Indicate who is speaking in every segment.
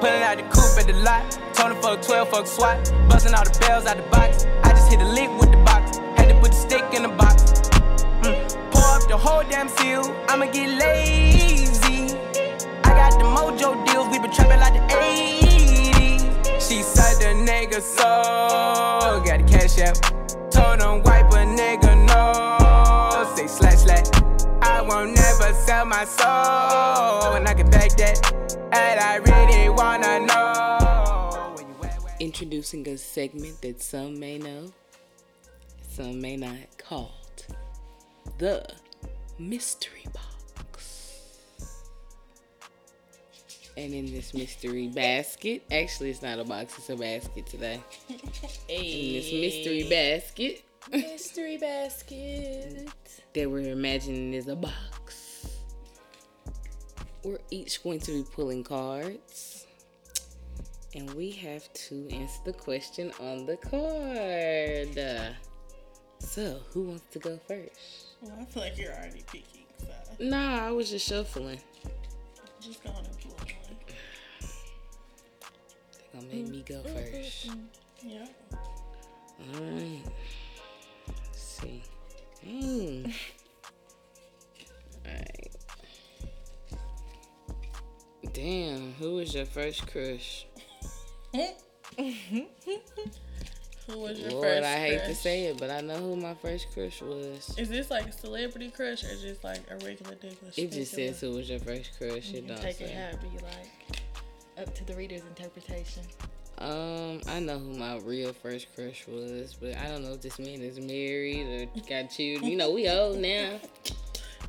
Speaker 1: Pulling out the coupe at the lot. Told him fuck 12, fuck SWAT. Busting all the bells out the box. I just hit a lick with the box. Had to put the stick in the box. Mm. Pour up the whole damn seal. I'ma get lazy. I got the mojo deals. We been trapping like the 80s. She said the nigga so. Got the cash out. Told him wipe a nigga no. Say slash slash. I won't never sell my soul. And I can back that. And I really wanna know. where you at, where-
Speaker 2: Introducing a segment that some may know, some may not, called the Mystery Box. And in this mystery basket, actually, it's not a box, it's a basket today. In this mystery basket
Speaker 3: Mystery basket.
Speaker 2: that we're imagining is a box, we're each going to be pulling cards. And we have to answer the question on the card. So, who wants to go first?
Speaker 3: Well, I feel like you're already picking, so
Speaker 2: Nah, I was just shuffling.
Speaker 3: just go on and pull one.
Speaker 2: They're gonna make me go
Speaker 3: Mm-hmm.
Speaker 2: first.
Speaker 3: Yep.
Speaker 2: Alright. Let's see. Mm. Alright. Damn, who was your first crush?
Speaker 3: Who was your
Speaker 2: Lord,
Speaker 3: first?
Speaker 2: I hate to
Speaker 3: crush?
Speaker 2: say it, but I know who my first crush was.
Speaker 3: Is this like a celebrity crush or just like a regular Douglas?
Speaker 2: It just says who was your first crush. It don't
Speaker 3: Take it
Speaker 2: say.
Speaker 3: however you like.
Speaker 4: Up to the reader's interpretation.
Speaker 2: Um, I know who my real first crush was, but I don't know if this man is married or got children. You know, we old now.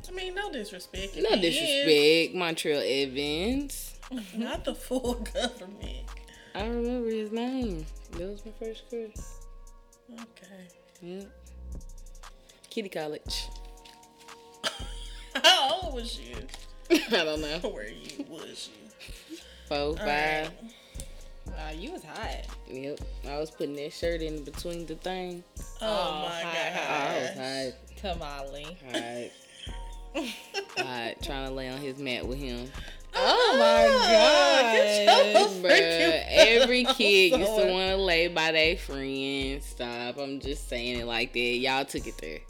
Speaker 3: I mean, no disrespect. If
Speaker 2: No
Speaker 3: he is,
Speaker 2: disrespect, Montreal Evans.
Speaker 3: Not the full government.
Speaker 2: I remember his name. That was my first crush.
Speaker 3: Okay.
Speaker 2: Yeah. Kitty College.
Speaker 3: How old was you?
Speaker 2: I don't know.
Speaker 3: Where you was you?
Speaker 2: Four, five.
Speaker 4: Wow, you was hot.
Speaker 2: Yep. I was putting that shirt in between the thing.
Speaker 3: Oh, my
Speaker 4: hi,
Speaker 2: I
Speaker 3: god.
Speaker 2: was high.
Speaker 4: Tamale.
Speaker 2: Alright. Alright, trying to lay on his mat with him.
Speaker 4: Oh my Ah,
Speaker 3: get your
Speaker 2: Bruh,
Speaker 3: freaking
Speaker 2: every kid
Speaker 3: mouth
Speaker 2: used to
Speaker 3: on.
Speaker 2: want to lay by their friend. Stop. I'm just saying it like that. Y'all took it there.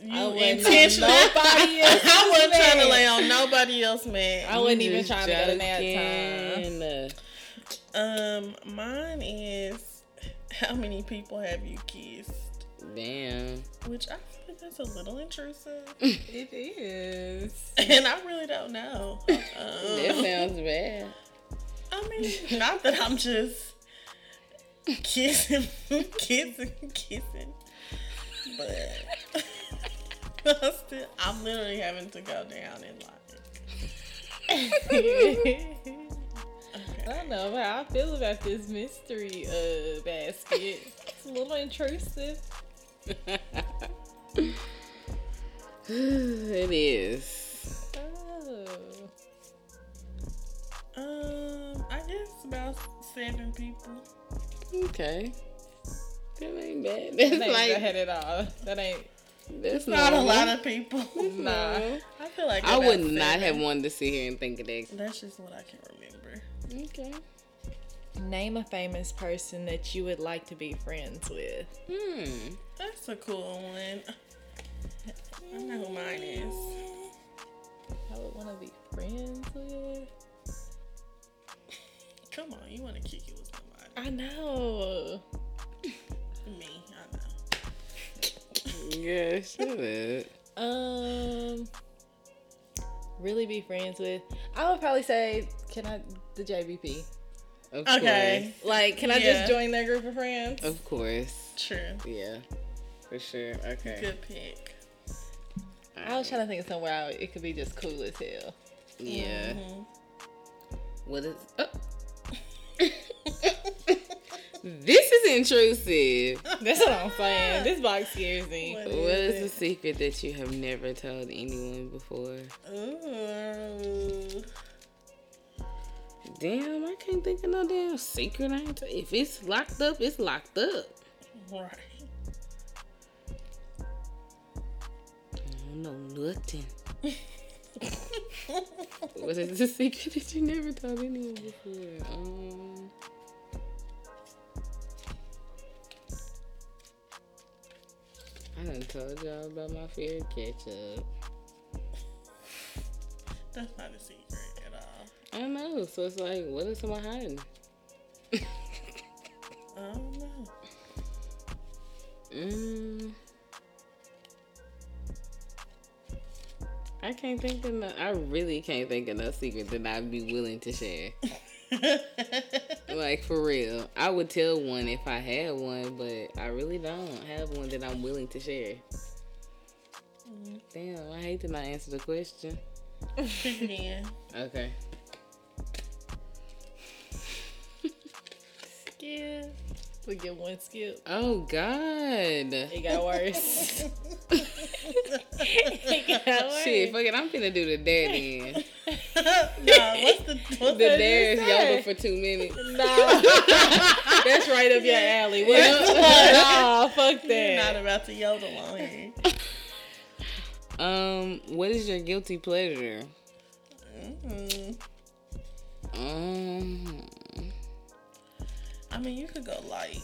Speaker 4: I
Speaker 3: You
Speaker 4: wasn't
Speaker 3: intentionally.
Speaker 4: nobody else's
Speaker 3: I wasn't trying to
Speaker 4: man.
Speaker 3: lay on nobody else, man.
Speaker 4: I wasn't even trying to go to nap time.
Speaker 2: nap
Speaker 3: Um, mine is how many people have you kissed?
Speaker 2: time. Damn.
Speaker 3: Which I feel like that's a little intrusive,
Speaker 4: It is.
Speaker 3: and I really don't know.
Speaker 2: That
Speaker 3: Um,
Speaker 2: sounds bad.
Speaker 3: I mean, not that I'm just kissing, kissing, kissing, but I'm, still, I'm literally having to go down in line.
Speaker 4: I
Speaker 3: Okay.
Speaker 4: don't know how I feel about this mystery uh basket. It's a little intrusive.
Speaker 2: it is.
Speaker 4: Oh.
Speaker 3: Um, I guess about seven people.
Speaker 2: Okay. That ain't bad. That's
Speaker 4: That ain't
Speaker 2: like
Speaker 4: bad at all. That ain't
Speaker 2: that's
Speaker 3: Not a
Speaker 2: normal.
Speaker 3: lot of people.
Speaker 4: nah.
Speaker 3: I feel like
Speaker 2: I
Speaker 3: about
Speaker 2: would not
Speaker 3: seven.
Speaker 2: have wanted to sit here and think of that.
Speaker 3: That's just what I can remember.
Speaker 2: Okay.
Speaker 4: Name a famous person that you would like to be friends with.
Speaker 2: Hmm.
Speaker 3: That's a cool one. I know who mine is.
Speaker 4: I would want to be friends with.
Speaker 3: Come on, you want to kick it with somebody?
Speaker 4: I know.
Speaker 3: Me, I know.
Speaker 2: Yeah, shut up.
Speaker 4: Um, really be friends with? I would probably say, can I the JVP?
Speaker 2: Of
Speaker 3: Okay.
Speaker 4: Like, can I
Speaker 3: Yeah.
Speaker 4: just join their group of friends?
Speaker 2: course. Of course.
Speaker 3: True.
Speaker 2: Yeah. For sure. Okay.
Speaker 3: Good pick.
Speaker 4: I was trying to think of somewhere I would, it could be just cool as hell.
Speaker 2: Yeah. What is oh. This is intrusive.
Speaker 4: That's what I'm saying. This box scares me.
Speaker 3: What
Speaker 2: What is the
Speaker 3: is
Speaker 2: secret that you have never told anyone before?
Speaker 3: it? Ooh.
Speaker 2: Damn, I can't think of no damn secret. I ain't t- if it's locked up, it's locked up.
Speaker 3: Right.
Speaker 2: I don't know nothing. Was it a secret that you never told anyone before? Um, I done told y'all about my fear of ketchup.
Speaker 3: That's not a secret at all.
Speaker 2: I don't know. So it's like, what is someone hiding?
Speaker 3: I don't know.
Speaker 2: Mm. I can't think of no. I really can't think of no secret that I'd be willing to share. like for real, I would tell one if I had one, but I really don't have one that I'm willing to share. Damn, I hate to not answer the question.
Speaker 3: Pick it in.
Speaker 2: Okay.
Speaker 4: Skip. We get one skip.
Speaker 2: Oh God.
Speaker 4: It got worse. it got worse.
Speaker 2: Shit, fuck it. I'm finna do the dare then.
Speaker 3: nah, what's the what's
Speaker 2: The
Speaker 3: the
Speaker 2: dare is
Speaker 4: say?
Speaker 2: yoga for two minutes.
Speaker 4: No. That's right up your alley. What no, fuck
Speaker 3: You're
Speaker 4: that.
Speaker 3: not about to yodel on here.
Speaker 2: Um, what is your guilty pleasure?
Speaker 3: Mm-hmm.
Speaker 2: Um,
Speaker 3: I mean, you could go light.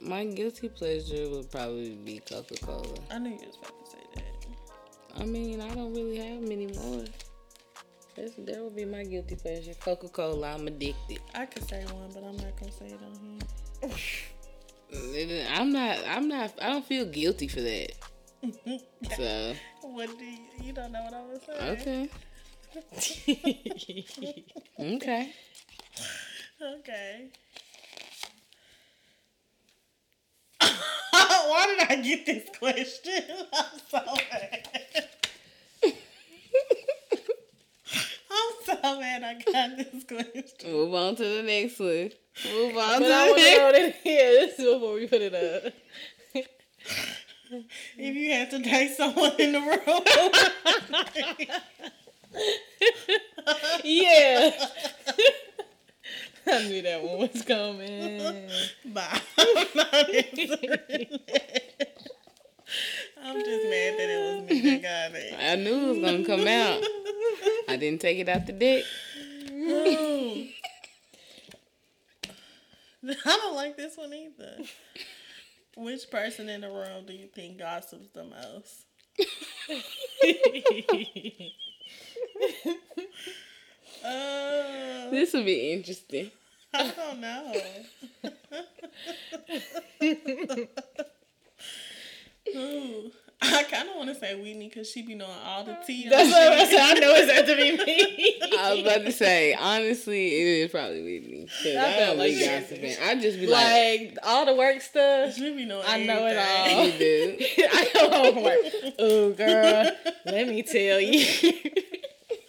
Speaker 2: my guilty pleasure would probably be Coca Cola.
Speaker 3: I knew you was about to say that.
Speaker 2: I mean, I don't really have many more. That's, that would be my guilty pleasure. Coca Cola, I'm addicted.
Speaker 3: I could say one, but I'm not gonna say it on here.
Speaker 2: I'm not, I'm not, I don't feel guilty for that. So,
Speaker 3: What do you, you don't know what I was saying?
Speaker 2: okay. Okay.
Speaker 3: Okay. Why did I get this question? I'm so mad. I'm so mad I got this question.
Speaker 2: Move on to the next one. Move on to
Speaker 4: But I
Speaker 2: the
Speaker 4: want to know
Speaker 2: next
Speaker 4: what it is before we put it up.
Speaker 3: If you had to date someone in the room,
Speaker 4: yeah. I knew that one was coming.
Speaker 3: bye. I'm not answering that. I'm just mad that it was me that got it.
Speaker 2: I knew it was going to come out. I didn't take it out the dick.
Speaker 3: I don't like this one either. Which person in the room do you think gossips the most? Uh,
Speaker 2: This will be interesting.
Speaker 3: I don't know. Ooh, I kind of want to say Whitney because she be knowing all the tea.
Speaker 4: That's what I said. I know it's had to be me.
Speaker 2: I was about to say, honestly, it is probably Whitney. 'cause I
Speaker 4: felt
Speaker 2: don't be
Speaker 4: like it.
Speaker 2: gossiping. I just be like,
Speaker 4: Like all the work stuff.
Speaker 3: she be knowing.
Speaker 4: I know it
Speaker 3: everything.
Speaker 4: all.
Speaker 2: "Oh, you do.
Speaker 4: oh." I know homework. Oh girl, let me tell you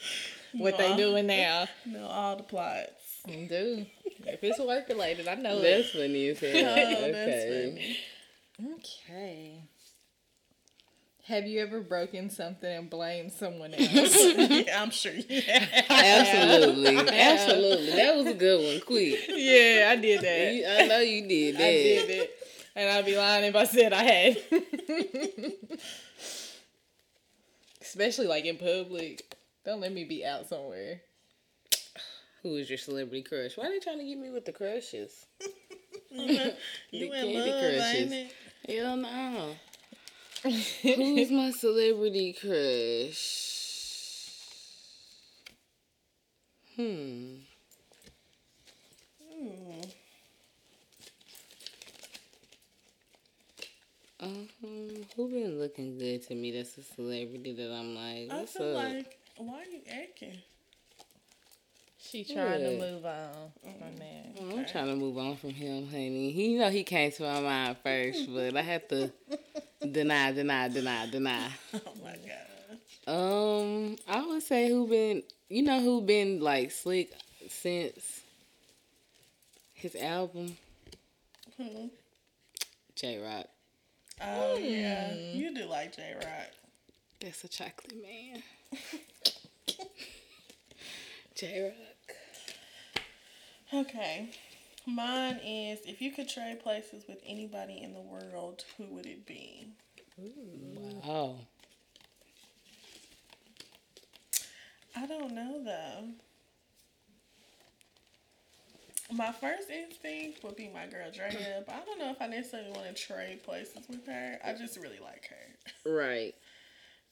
Speaker 4: what they
Speaker 3: No.
Speaker 4: doing now.
Speaker 3: Know all the plots.
Speaker 4: Do if it's work related, I know it.
Speaker 2: Oh, That's funny as hell.
Speaker 3: Oh, that's
Speaker 2: okay.
Speaker 3: funny.
Speaker 4: Okay. Have you ever broken something and blamed someone else?
Speaker 3: yeah, I'm sure. Yeah.
Speaker 2: Absolutely. Absolutely. That was a good one. Quick.
Speaker 4: yeah, I did that.
Speaker 2: You- I know you did that.
Speaker 4: I did it. And I'd be lying if I said I had. Especially like in public. Don't let me be out somewhere.
Speaker 2: Who is your celebrity crush? Why are they trying to get me with the crushes?
Speaker 3: You
Speaker 2: The
Speaker 3: in
Speaker 2: candy
Speaker 3: love, ain't
Speaker 2: crushes.
Speaker 3: it?
Speaker 2: Hell no. Who's my celebrity crush? Hmm.
Speaker 3: Hmm.
Speaker 2: Um, who been looking good to me? That's a celebrity that I'm like,
Speaker 3: I
Speaker 2: what's
Speaker 3: feel
Speaker 2: up?
Speaker 3: like, why are you acting?
Speaker 4: She
Speaker 2: trying to
Speaker 4: move on Oh, from that.
Speaker 2: Well, I'm trying to move on from him, honey. He, you know, he came to my mind first, but I have to deny, deny, deny, deny.
Speaker 3: Oh my god.
Speaker 2: Um, I would say who been, you know, who been like slick since his album
Speaker 3: Hmm.
Speaker 2: J Rock.
Speaker 3: Oh yeah, you do like J Rock.
Speaker 2: That's a chocolate man. J Rock.
Speaker 3: Okay. Mine is if you could trade places with anybody in the world, who would it be?
Speaker 2: Oh,
Speaker 3: I don't know though. My first instinct would be my girl Drea, but I don't know if I necessarily want to trade places with her. I just really like her.
Speaker 2: Right.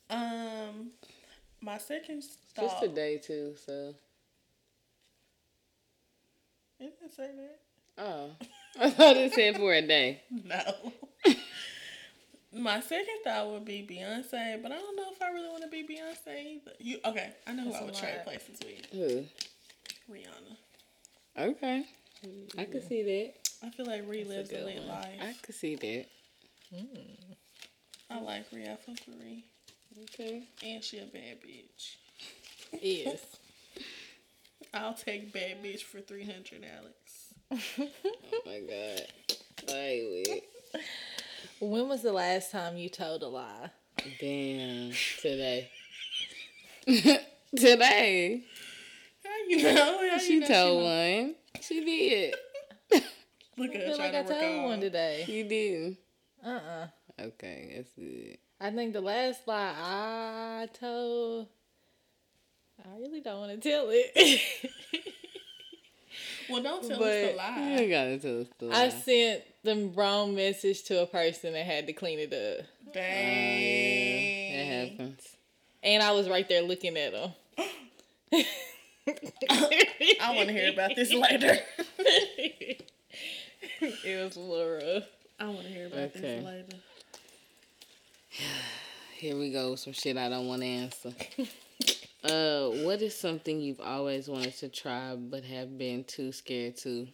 Speaker 3: Um, my second
Speaker 2: Just
Speaker 3: thought.
Speaker 2: today too, so
Speaker 3: Did it say that?
Speaker 2: oh. I thought it said for a day.
Speaker 3: No. my second thought would be Beyonce, but I don't know if I really want to be Beyonce either. You okay? I know who I would
Speaker 4: a
Speaker 3: trade
Speaker 4: lot.
Speaker 3: places with.
Speaker 2: Ooh.
Speaker 3: Rihanna.
Speaker 2: Okay. I could see that.
Speaker 3: I feel like Ree lives a
Speaker 4: good
Speaker 3: lit
Speaker 4: one.
Speaker 2: I
Speaker 3: life.
Speaker 2: could see that.
Speaker 3: I, like Ree. I fuck with Ree,
Speaker 2: Okay.
Speaker 3: and she a bad bitch.
Speaker 4: Yes.
Speaker 3: I'll take bad bitch for three hundred, Alex.
Speaker 2: Oh my god. Wait, wait.
Speaker 4: when was the last time you told a lie?
Speaker 2: Damn. Today. Today.
Speaker 3: How you know? How
Speaker 2: She
Speaker 3: you know
Speaker 2: told one. She did.
Speaker 3: Look
Speaker 4: I
Speaker 3: at her
Speaker 4: feel
Speaker 3: trying
Speaker 4: like I
Speaker 3: to work
Speaker 4: told one
Speaker 3: on.
Speaker 4: today.
Speaker 2: You did.
Speaker 4: Uh uh
Speaker 2: Okay, that's good.
Speaker 4: I think the last lie I told, I really don't want to tell it.
Speaker 3: Well, don't tell us
Speaker 4: But-
Speaker 3: the lie.
Speaker 2: You gotta tell us the
Speaker 4: I
Speaker 2: lie.
Speaker 4: sent the wrong message to a person and had to clean it up.
Speaker 2: That
Speaker 3: Dang.
Speaker 2: happens.
Speaker 4: And I was right there looking at them.
Speaker 3: I want to hear about this later.
Speaker 4: it was a little rough.
Speaker 3: I want to hear about
Speaker 2: Okay.
Speaker 3: this later.
Speaker 2: Here we go. Some shit I don't want to answer. uh, what is something you've always wanted to try but have been too scared to?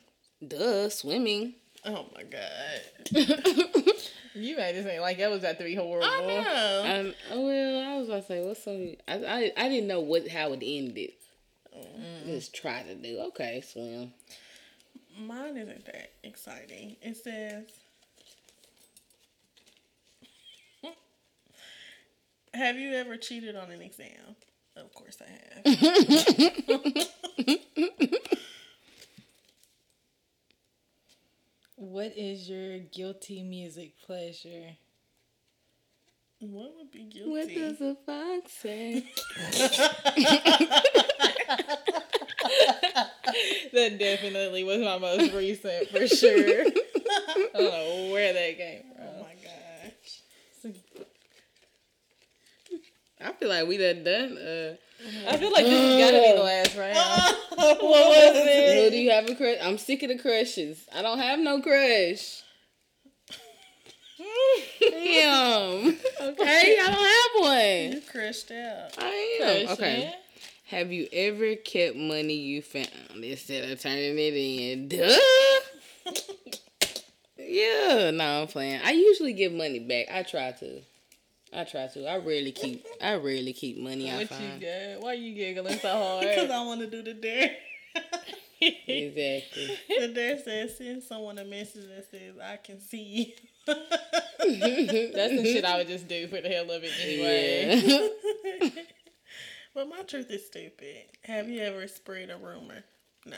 Speaker 2: Duh, swimming.
Speaker 3: Oh my god.
Speaker 4: You made this ain't like that was about to be horrible.
Speaker 3: I know.
Speaker 2: Um, well, I was about to say, what's something? I, I, I didn't know what how it ended. Just try to do. Okay, swim.
Speaker 3: Mine isn't that exciting. It says, "Have you ever cheated on an exam?" Of course, I have.
Speaker 4: What is your guilty music pleasure?
Speaker 3: what would be guilty?
Speaker 2: What does a fox say?
Speaker 4: That definitely was my most recent for sure. I don't know where that came
Speaker 3: oh
Speaker 4: from.
Speaker 3: my gosh.
Speaker 2: I feel like we done done. Uh,
Speaker 4: I feel like this has gotta be the last round.
Speaker 3: what was it?
Speaker 2: Lil, do you have a crush? I'm sick of the crushes. I don't have no crush. Damn. Okay, I don't have one.
Speaker 3: You crushed out.
Speaker 2: I am.
Speaker 4: Question.
Speaker 2: Okay. Have you ever kept money you found instead of turning it in? Duh. yeah, no, I'm playing. I usually give money back. I try to. I try to. I rarely keep. I rarely keep money. I
Speaker 4: What
Speaker 2: find
Speaker 4: you got? Why you giggling so
Speaker 3: Because
Speaker 4: hard?
Speaker 3: I want to do the dare.
Speaker 2: exactly.
Speaker 3: the dare says, "Send someone a message that says I can see you."
Speaker 4: That's the shit I would just do for the hell of it anyway.
Speaker 2: Yeah.
Speaker 3: but my truth is stupid. Have you ever spread a rumor? No.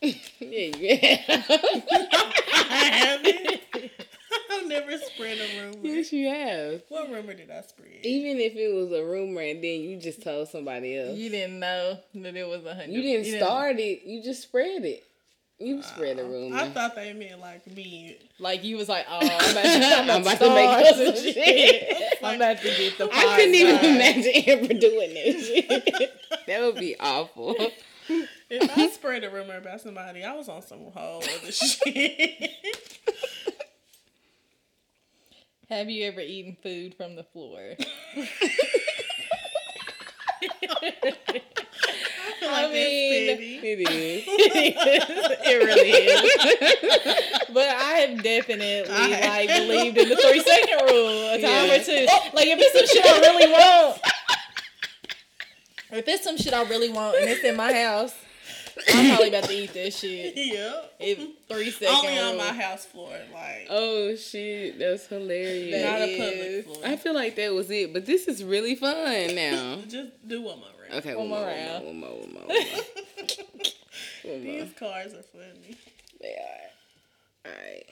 Speaker 2: yeah, yeah.
Speaker 3: I haven't. I've never spread a rumor.
Speaker 2: yes, you have.
Speaker 3: What rumor did I spread?
Speaker 2: Even if it was a rumor and then you just told somebody else,
Speaker 4: You didn't know that it was a hundred.
Speaker 2: you didn't Uh, start it. You just spread it. You spread a rumor.
Speaker 3: I thought they meant like me.
Speaker 4: Like you was like, oh, I'm about to,
Speaker 2: I'm
Speaker 4: I'm
Speaker 2: about to make up some shit.
Speaker 4: I'm about to get the.
Speaker 2: I couldn't even
Speaker 4: five star.
Speaker 2: imagine Amber doing that shit. that would be awful.
Speaker 3: If I spread a rumor about somebody, I was on some whole other shit.
Speaker 4: Have you ever eaten food from the floor?
Speaker 3: I
Speaker 4: mean-
Speaker 2: It is.
Speaker 4: it really is. but I have definitely
Speaker 3: I-
Speaker 4: like believed in the three second rule a time or two. Like if it's some shit I really want, if it's some shit I really want and it's in my house, I'm probably about to eat that shit.
Speaker 3: Yep.
Speaker 4: If three second
Speaker 3: Only on
Speaker 4: rule.
Speaker 3: my house floor, like
Speaker 2: Oh shit, that's hilarious.
Speaker 4: That-
Speaker 3: not a
Speaker 4: is-
Speaker 3: public floor.
Speaker 2: I feel like that was it, but this is really fun now.
Speaker 3: Just do one more round.
Speaker 2: Okay,
Speaker 4: One
Speaker 2: one, more,
Speaker 4: more
Speaker 2: round.
Speaker 4: round.
Speaker 2: One more, one more, one more. One more.
Speaker 3: These cars are funny.
Speaker 2: They are. Alright.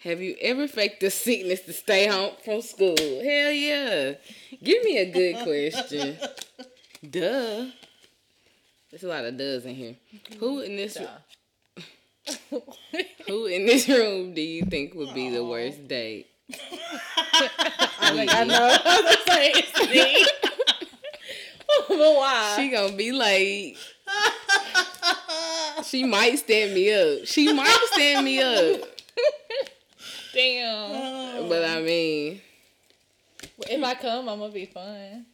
Speaker 2: Have you ever faked a sickness to stay home from school? Hell yeah. Give me a good question. Duh. There's a lot of does in here. Who in this who in this room do you think would be the worst date?
Speaker 4: I know. I was gonna say it's me. but why?
Speaker 2: She gonna be like She might stand me up. She might stand me up.
Speaker 3: Uh,
Speaker 4: Damn.
Speaker 2: But I mean,
Speaker 4: If I come, I'm gonna be fine.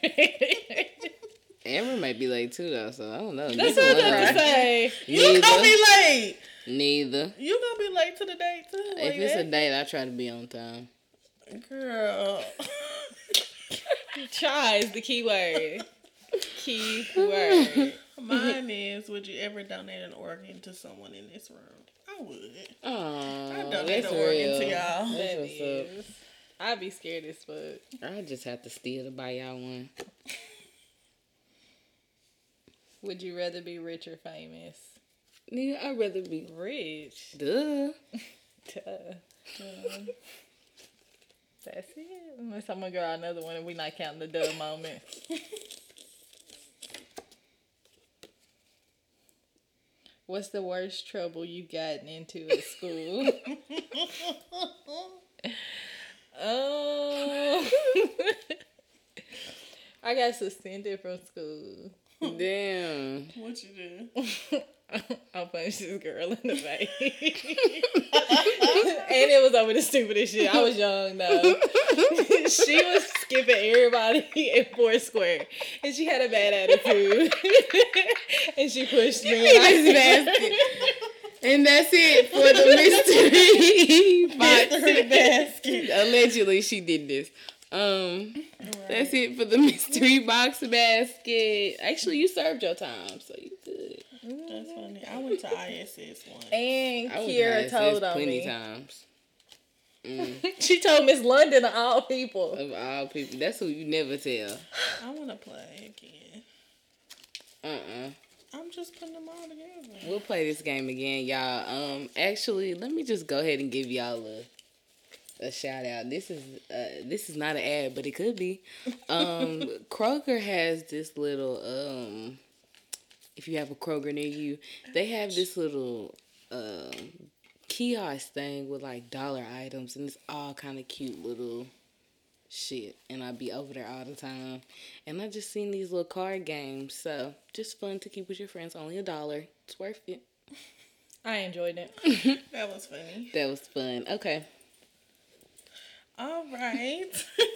Speaker 2: Amber might be late too though, so I don't know.
Speaker 4: That's
Speaker 2: Neither
Speaker 4: what
Speaker 2: one
Speaker 4: I was
Speaker 2: of
Speaker 4: gonna
Speaker 2: us.
Speaker 4: say.
Speaker 3: You gonna
Speaker 2: Neither.
Speaker 3: be late.
Speaker 2: Neither.
Speaker 3: You gonna be late to the date too.
Speaker 2: If
Speaker 3: Like
Speaker 2: it's a
Speaker 3: that.
Speaker 2: date, I try to be on time.
Speaker 3: girl.
Speaker 4: Try is the key word. Key word.
Speaker 3: Mine is would you ever donate an organ to someone in this room? I would. I
Speaker 2: Oh,
Speaker 3: donate
Speaker 2: that's
Speaker 3: an organ to
Speaker 2: real.
Speaker 3: y'all.
Speaker 4: That
Speaker 2: That's what's
Speaker 4: is. I'd be scared as fuck.
Speaker 2: I just have to steal to buy y'all one.
Speaker 4: Would you rather be rich or famous?
Speaker 2: Nigga, I'd rather be
Speaker 4: Rich.
Speaker 2: duh.
Speaker 4: Duh. Um, That's it. Unless I'm gonna grab another one and we not counting the duh moment. What's the worst trouble you've gotten into at school? um, I got suspended from school.
Speaker 2: Damn.
Speaker 3: What you do?
Speaker 4: I punched this girl in the face. and it was over the stupidest shit. I was young though. she was skipping everybody in Foursquare. And she had a bad attitude. and she pushed me. and I-
Speaker 2: this basket. And that's it for the mystery box.
Speaker 3: Through the basket.
Speaker 2: Allegedly, she did this. Um, that's it for the mystery box basket. Actually, you served your time, so you good.
Speaker 3: That's funny. I went to ISS once.
Speaker 4: and
Speaker 2: I was
Speaker 4: Kiera
Speaker 2: nice,
Speaker 4: told
Speaker 2: that's
Speaker 4: on
Speaker 2: plenty
Speaker 4: me.
Speaker 2: times.
Speaker 4: She told Miss London of all people.
Speaker 2: Of all people, that's who you never tell.
Speaker 3: I want to play again.
Speaker 2: Uh uh-uh. uh.
Speaker 3: I'm just putting them all together.
Speaker 2: we will play this game again, y'all. Um, actually, let me just go ahead and give y'all a a shout out. This is uh, this is not an ad, but it could be. Um, Kroger has this little um, if you have a Kroger near you, they have this little um kiosk thing with like dollar items, and it's all kind of cute little shit. And I be over there all the time, and I just seen these little card games, so just fun to keep with your friends. Only a dollar, it's worth it.
Speaker 4: I enjoyed it.
Speaker 3: That was funny.
Speaker 2: That was fun. Okay.
Speaker 3: All right.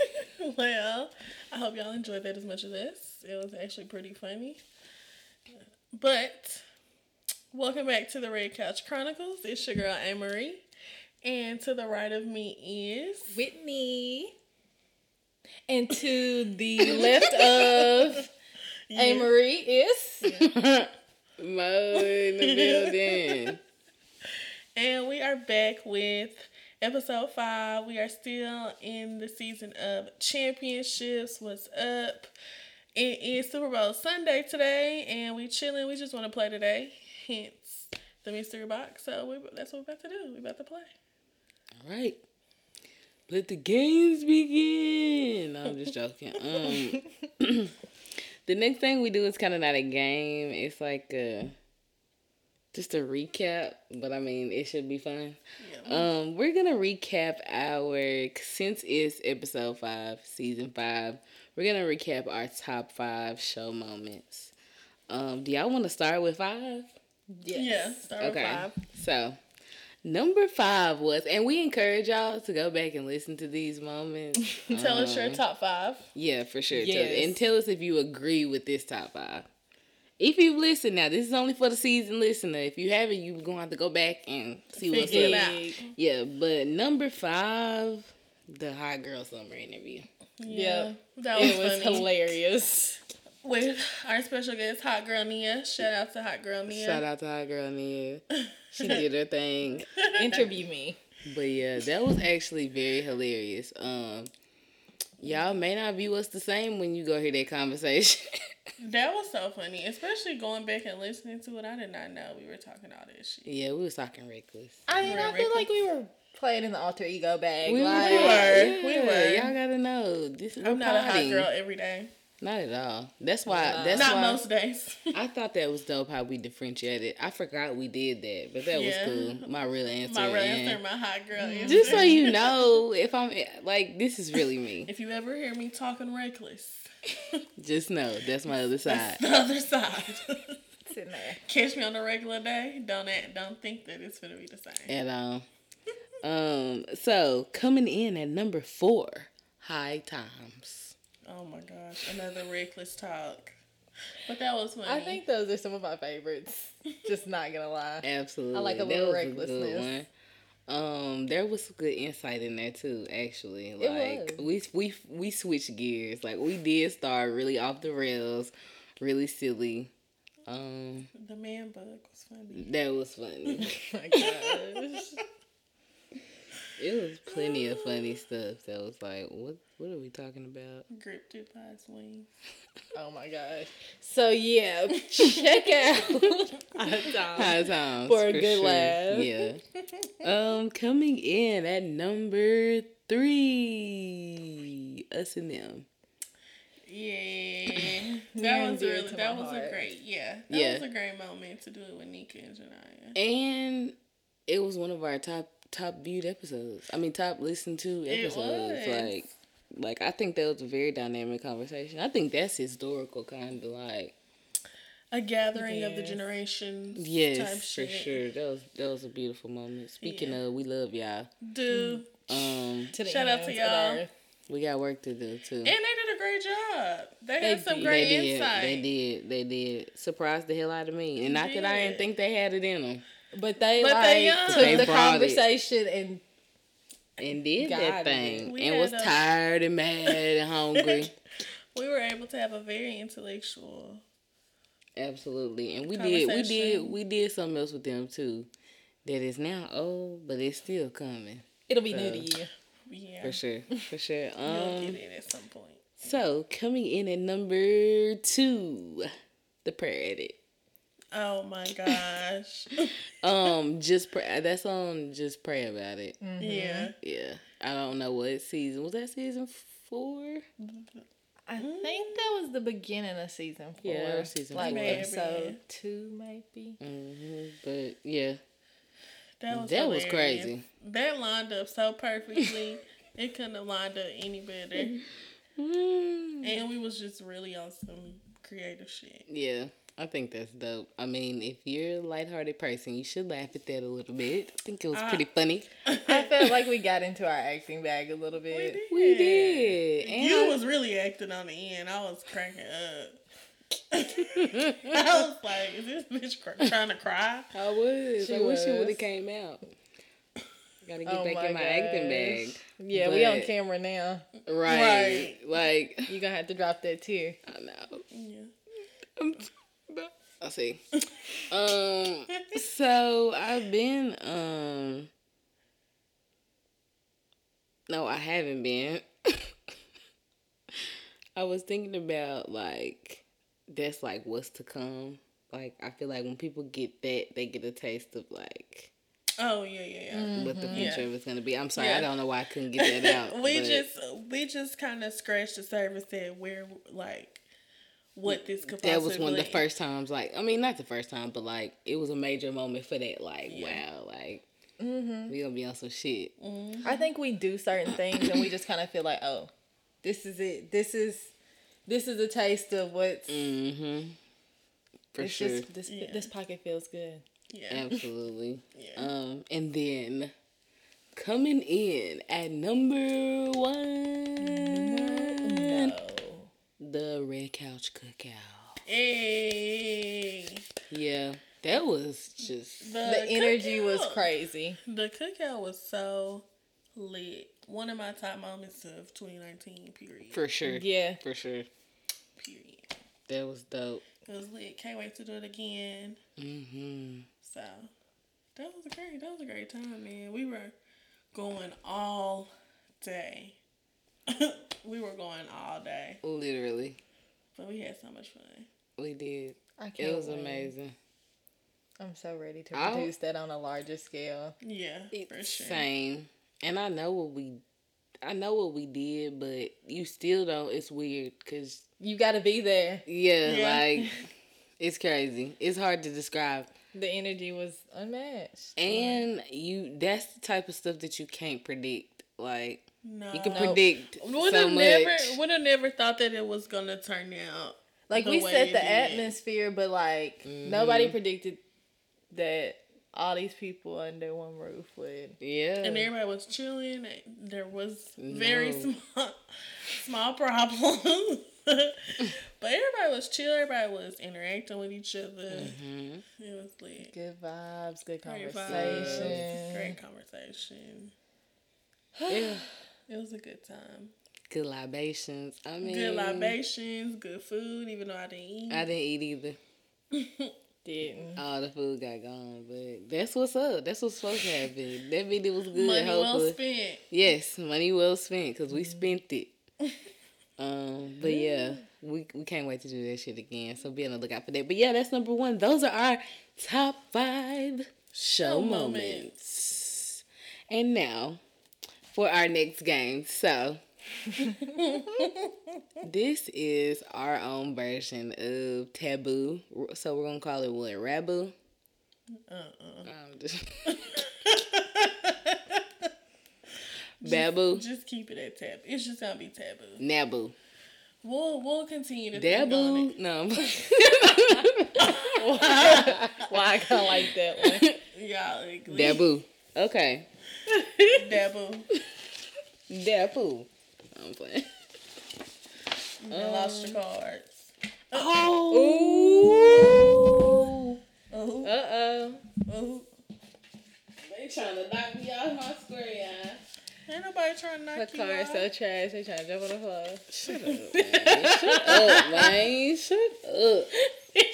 Speaker 3: well, I hope y'all enjoyed that as much as this. It was actually pretty funny. But welcome back to the Red Couch Chronicles. It's your girl Anne Marie. And to the right of me is
Speaker 4: Whitney. And to the left of A. Marie is.
Speaker 2: Mo in the building.
Speaker 3: And we are back with episode five. We are still in the season of championships. What's up? It is Super Bowl Sunday today, and we chilling. We just want to play today, hence the mystery box. So we, that's what we're about to do. We're about to play.
Speaker 2: All right. Let the games begin. No, I'm just joking. Um, the next thing we do is kind of not a game. It's like a, just a recap, but I mean, it should be fun. Um, we're gonna recap our since it's episode five, season five. We're gonna recap our top five show moments. Um, do y'all want to start with five?
Speaker 3: Yeah, start with
Speaker 2: Okay.
Speaker 3: five.
Speaker 2: So, number five was, and we encourage y'all to go back and listen to these moments.
Speaker 3: Tell us
Speaker 2: Uh-huh.
Speaker 3: your top five.
Speaker 2: yeah, for sure. Tell-
Speaker 4: Yes.
Speaker 2: and tell us if you agree with this top five. If you listen now, this is only for the season listener. If you haven't, you're going to have to go back and see what's
Speaker 3: Figure it
Speaker 2: up.
Speaker 3: out.
Speaker 2: Yeah, but number five, the hot girl summer interview.
Speaker 3: Yeah,
Speaker 4: Yep.
Speaker 3: that was,
Speaker 4: It was
Speaker 3: funny.
Speaker 4: hilarious.
Speaker 3: With our special guest, Hot Girl Nia. Shout out to Hot Girl Nia.
Speaker 2: Shout out to hot girl Nia. She did her thing.
Speaker 4: Interview me.
Speaker 2: But yeah, that was actually very hilarious. Um, y'all may not view us the same when you go hear that conversation.
Speaker 3: That was so funny, especially going back and listening to it. I did not know we were talking all this shit.
Speaker 2: Yeah, we was talking reckless.
Speaker 4: I mean, I feel like we were playing in the alter ego bag.
Speaker 2: We
Speaker 4: like,
Speaker 3: were, we
Speaker 2: yeah,
Speaker 3: were.
Speaker 2: Y'all gotta know this. We're
Speaker 3: I'm not a hot
Speaker 2: potting.
Speaker 3: girl every day.
Speaker 2: Not at all. That's why. That's
Speaker 3: not
Speaker 2: why
Speaker 3: most days.
Speaker 2: I thought that was dope how we differentiated. I forgot we did that, but that
Speaker 3: Yeah.
Speaker 2: was cool. My real answer.
Speaker 3: my real
Speaker 2: and-
Speaker 3: answer, my hot girl answer.
Speaker 2: Just so you know, if I'm like, this is really me.
Speaker 3: If you ever hear me talking reckless,
Speaker 2: Just know that's my other side.
Speaker 3: that's the other side.
Speaker 4: It's in there.
Speaker 3: Catch me on a regular day. Don't act, don't think that it's gonna be the same.
Speaker 2: And um, um, so coming in at number four, high times.
Speaker 3: Oh my gosh, another reckless talk. But that was funny.
Speaker 4: I think those are some of my favorites. Just not gonna lie.
Speaker 2: Absolutely,
Speaker 4: like a
Speaker 2: That
Speaker 4: little
Speaker 2: was good
Speaker 4: recklessness.
Speaker 2: one. Um, there was some good insight in there too. Actually,
Speaker 4: It
Speaker 2: like we we we switched gears. Like we did start really off the rails, really silly. Um,
Speaker 3: the man bug was funny.
Speaker 2: that was funny.
Speaker 4: Oh My gosh.
Speaker 2: it was plenty of funny stuff. That was like, what what are we talking about?
Speaker 3: Gripped it by his wings.
Speaker 4: Oh my gosh. So yeah, check out.
Speaker 2: High times
Speaker 4: For a good laugh.
Speaker 2: Yeah. um, coming in at number three, us and them.
Speaker 3: Yeah,
Speaker 4: Near
Speaker 3: that
Speaker 4: and
Speaker 3: was
Speaker 4: dear
Speaker 3: really
Speaker 4: to
Speaker 3: that
Speaker 4: my
Speaker 3: was a
Speaker 4: heart.
Speaker 3: great yeah that
Speaker 2: Yeah.
Speaker 3: was a great moment to do it with Nika and Janaya.
Speaker 2: And it was one of our top top viewed episodes. I mean, top listened to
Speaker 3: It
Speaker 2: episodes.
Speaker 3: was.
Speaker 2: Like, like I think that was a very dynamic conversation. I think that's historical, kind of like
Speaker 3: A gathering of the
Speaker 4: Yes.
Speaker 3: generations. type
Speaker 2: yes, for
Speaker 3: shit.
Speaker 2: sure. That was that was a beautiful moment. Speaking
Speaker 3: Yeah.
Speaker 2: of, we love y'all.
Speaker 3: Dude,
Speaker 2: Um,
Speaker 4: To the
Speaker 3: Shout out to
Speaker 4: ends of the
Speaker 3: y'all.
Speaker 4: earth.
Speaker 2: we got work to do too.
Speaker 3: and they did a great job. They,
Speaker 4: They
Speaker 3: had some
Speaker 4: did.
Speaker 3: great
Speaker 2: they did.
Speaker 3: insight.
Speaker 2: They did. They did. Surprised the hell out of me, and not that I didn't
Speaker 3: did.
Speaker 2: think they had it in them,
Speaker 4: But they
Speaker 3: But
Speaker 4: like
Speaker 3: they young.
Speaker 4: took
Speaker 2: They
Speaker 4: the
Speaker 2: brought it.
Speaker 4: conversation and
Speaker 2: and did
Speaker 4: God,
Speaker 2: that
Speaker 4: they
Speaker 2: thing,
Speaker 3: did.
Speaker 2: and
Speaker 3: We
Speaker 2: was
Speaker 3: had a-
Speaker 2: tired and mad and hungry.
Speaker 3: We were able to have a very intellectual.
Speaker 2: Absolutely, and we did. We did.
Speaker 3: Conversation.
Speaker 2: We did something else with them too. That is now old, but it's still coming
Speaker 4: it'll be new
Speaker 2: So,
Speaker 4: to you.
Speaker 3: Yeah,
Speaker 2: for sure. For sure.
Speaker 3: we'll get
Speaker 2: Um.
Speaker 3: it at some point.
Speaker 2: So coming in at number two, the prayer edit.
Speaker 3: Oh my gosh.
Speaker 2: Um. Just pray. That's on. Just pray about it.
Speaker 3: Yeah.
Speaker 2: Yeah. I don't know what season was that. Season four.
Speaker 4: I think that was the beginning of season four.
Speaker 2: Yeah, season
Speaker 4: like
Speaker 2: four.
Speaker 4: episode
Speaker 3: Maybe.
Speaker 4: two, maybe.
Speaker 2: hmm But yeah,
Speaker 3: That was
Speaker 2: that was
Speaker 3: hilarious.
Speaker 2: crazy.
Speaker 3: That lined up so perfectly. it couldn't have lined up any better.
Speaker 2: Mm-hmm.
Speaker 4: Mm-hmm.
Speaker 3: And we was just really on some creative shit.
Speaker 2: Yeah, I think that's dope. I mean, if you're a lighthearted person, you should laugh at that a little bit. I think it was pretty
Speaker 4: Ah.
Speaker 2: funny.
Speaker 4: I felt like we got into our acting bag a little bit.
Speaker 2: We did. And
Speaker 3: You
Speaker 2: I-
Speaker 3: was really acting on the end. I was cracking up. I was like, is this bitch cr- trying to cry?
Speaker 2: I was.
Speaker 4: She
Speaker 2: I wish it
Speaker 4: was.
Speaker 2: would have came out. Gotta get
Speaker 4: Oh
Speaker 2: back
Speaker 4: my
Speaker 2: in my acting bag.
Speaker 4: gosh. Yeah, we on
Speaker 2: But-
Speaker 4: camera now.
Speaker 2: Right. Like,
Speaker 4: You're gonna have to drop that tear.
Speaker 2: I know.
Speaker 3: Yeah.
Speaker 2: I see. Um. So I've been. Um. No, I haven't been. I was thinking about like that's like what's to come. Like I feel like when people get that, they get a taste of like
Speaker 3: Oh yeah, yeah, yeah.
Speaker 2: what the future
Speaker 3: Mm-hmm. Yeah.
Speaker 2: of it's gonna be. I'm sorry, I
Speaker 3: Yeah.
Speaker 2: don't know why I couldn't get that out.
Speaker 3: we
Speaker 2: but-
Speaker 3: just we just kind of scratched the surface at where like what this could
Speaker 2: that
Speaker 3: possibly.
Speaker 2: was one of the first times like i mean not the first time but like it was a major moment for that like wow like
Speaker 4: Mm-hmm.
Speaker 2: we gonna be on some shit
Speaker 4: I think we do certain things and we just kind of feel like, oh, this is it. This is this is a taste of what's
Speaker 2: mm-hmm for
Speaker 4: it's
Speaker 2: sure
Speaker 4: just this
Speaker 3: Yeah.
Speaker 4: this pocket feels good.
Speaker 3: Yeah.
Speaker 2: absolutely
Speaker 3: Yeah.
Speaker 2: um and then coming in at number one
Speaker 4: Oh.
Speaker 2: the red couch cookout
Speaker 3: Hey,
Speaker 2: yeah that was just
Speaker 3: the,
Speaker 4: The energy was
Speaker 3: cookout-
Speaker 4: crazy.
Speaker 3: The cookout was so lit. One of my top moments of 2019. Period.
Speaker 2: for sure
Speaker 4: Yeah.
Speaker 2: for sure
Speaker 3: Period.
Speaker 2: that was dope
Speaker 3: It was lit. Can't wait to do it again.
Speaker 2: mm-hmm
Speaker 3: So that was a great. That was a great time, man. We were going all day. we were going all day.
Speaker 2: literally
Speaker 3: But we had so much fun.
Speaker 2: We did.
Speaker 4: I can't.
Speaker 2: It was
Speaker 4: wait.
Speaker 2: amazing.
Speaker 4: I'm so ready to
Speaker 2: I'll-
Speaker 4: produce that on a larger scale.
Speaker 3: Yeah, for
Speaker 2: It's
Speaker 3: sure.
Speaker 2: same. And I know what we, I know what we did, but you still don't. It's weird because
Speaker 4: You got to be there.
Speaker 2: yeah,
Speaker 3: Yeah.
Speaker 2: like it's crazy. It's hard to describe.
Speaker 4: The energy was unmatched.
Speaker 2: And you, that's the type of stuff that you can't predict. Like
Speaker 3: No.
Speaker 2: you can
Speaker 4: No.
Speaker 2: predict
Speaker 3: would
Speaker 2: so
Speaker 3: have
Speaker 2: much.
Speaker 3: never would have never thought that it was gonna turn out.
Speaker 4: like
Speaker 3: the
Speaker 4: we
Speaker 3: way
Speaker 4: set
Speaker 3: it
Speaker 4: the Mm-hmm.
Speaker 3: did.
Speaker 4: atmosphere, but like nobody predicted that all these people under one roof would.
Speaker 2: yeah.
Speaker 3: And everybody was chilling. There was very
Speaker 2: No.
Speaker 3: small small problems. but everybody was chill, everybody was interacting with each other.
Speaker 2: Mhm.
Speaker 3: It was lit.
Speaker 4: Good vibes, good
Speaker 3: Great vibes,
Speaker 4: conversation.
Speaker 3: Great conversation.
Speaker 2: yeah.
Speaker 3: It was a good time.
Speaker 2: Good libations. I mean,
Speaker 3: Good libations, good food, even though I didn't eat.
Speaker 2: I didn't eat either.
Speaker 4: Didn't.
Speaker 2: All the food got gone, but that's what's up. That's what's supposed to happen. That video was good.
Speaker 3: Money well
Speaker 2: hopefully.
Speaker 3: spent.
Speaker 2: Yes, money well spent because we spent it. Um, but yeah, we we can't wait to do that shit again. So be on the lookout for that. But yeah, that's number one. Those are our top five show moments. And now for our next game. So this is our own version of taboo. So we're gonna call it what Rabu.
Speaker 3: Uh-uh.
Speaker 2: Um, just- Babu,
Speaker 3: Just keep it at tab. It's just gonna be taboo.
Speaker 2: Nabu.
Speaker 3: We'll we'll continue to think on it.
Speaker 2: Dabu. No.
Speaker 4: Why I kind of like that one.
Speaker 3: Y'all like
Speaker 2: Dabu. Okay.
Speaker 3: Dabble.
Speaker 2: Dabu. I'm playing.
Speaker 3: You
Speaker 4: Um.
Speaker 3: done lost your cards.
Speaker 2: Oh.
Speaker 3: Oh,
Speaker 2: Uh oh.
Speaker 3: oh.
Speaker 2: They trying to knock me off my square.
Speaker 3: Ain't nobody trying to knock
Speaker 4: Her
Speaker 3: you
Speaker 4: car is
Speaker 3: out.
Speaker 4: so trash. They trying to jump on the floor.
Speaker 2: Shut up, man. Shut up, man. Oh, Shut up.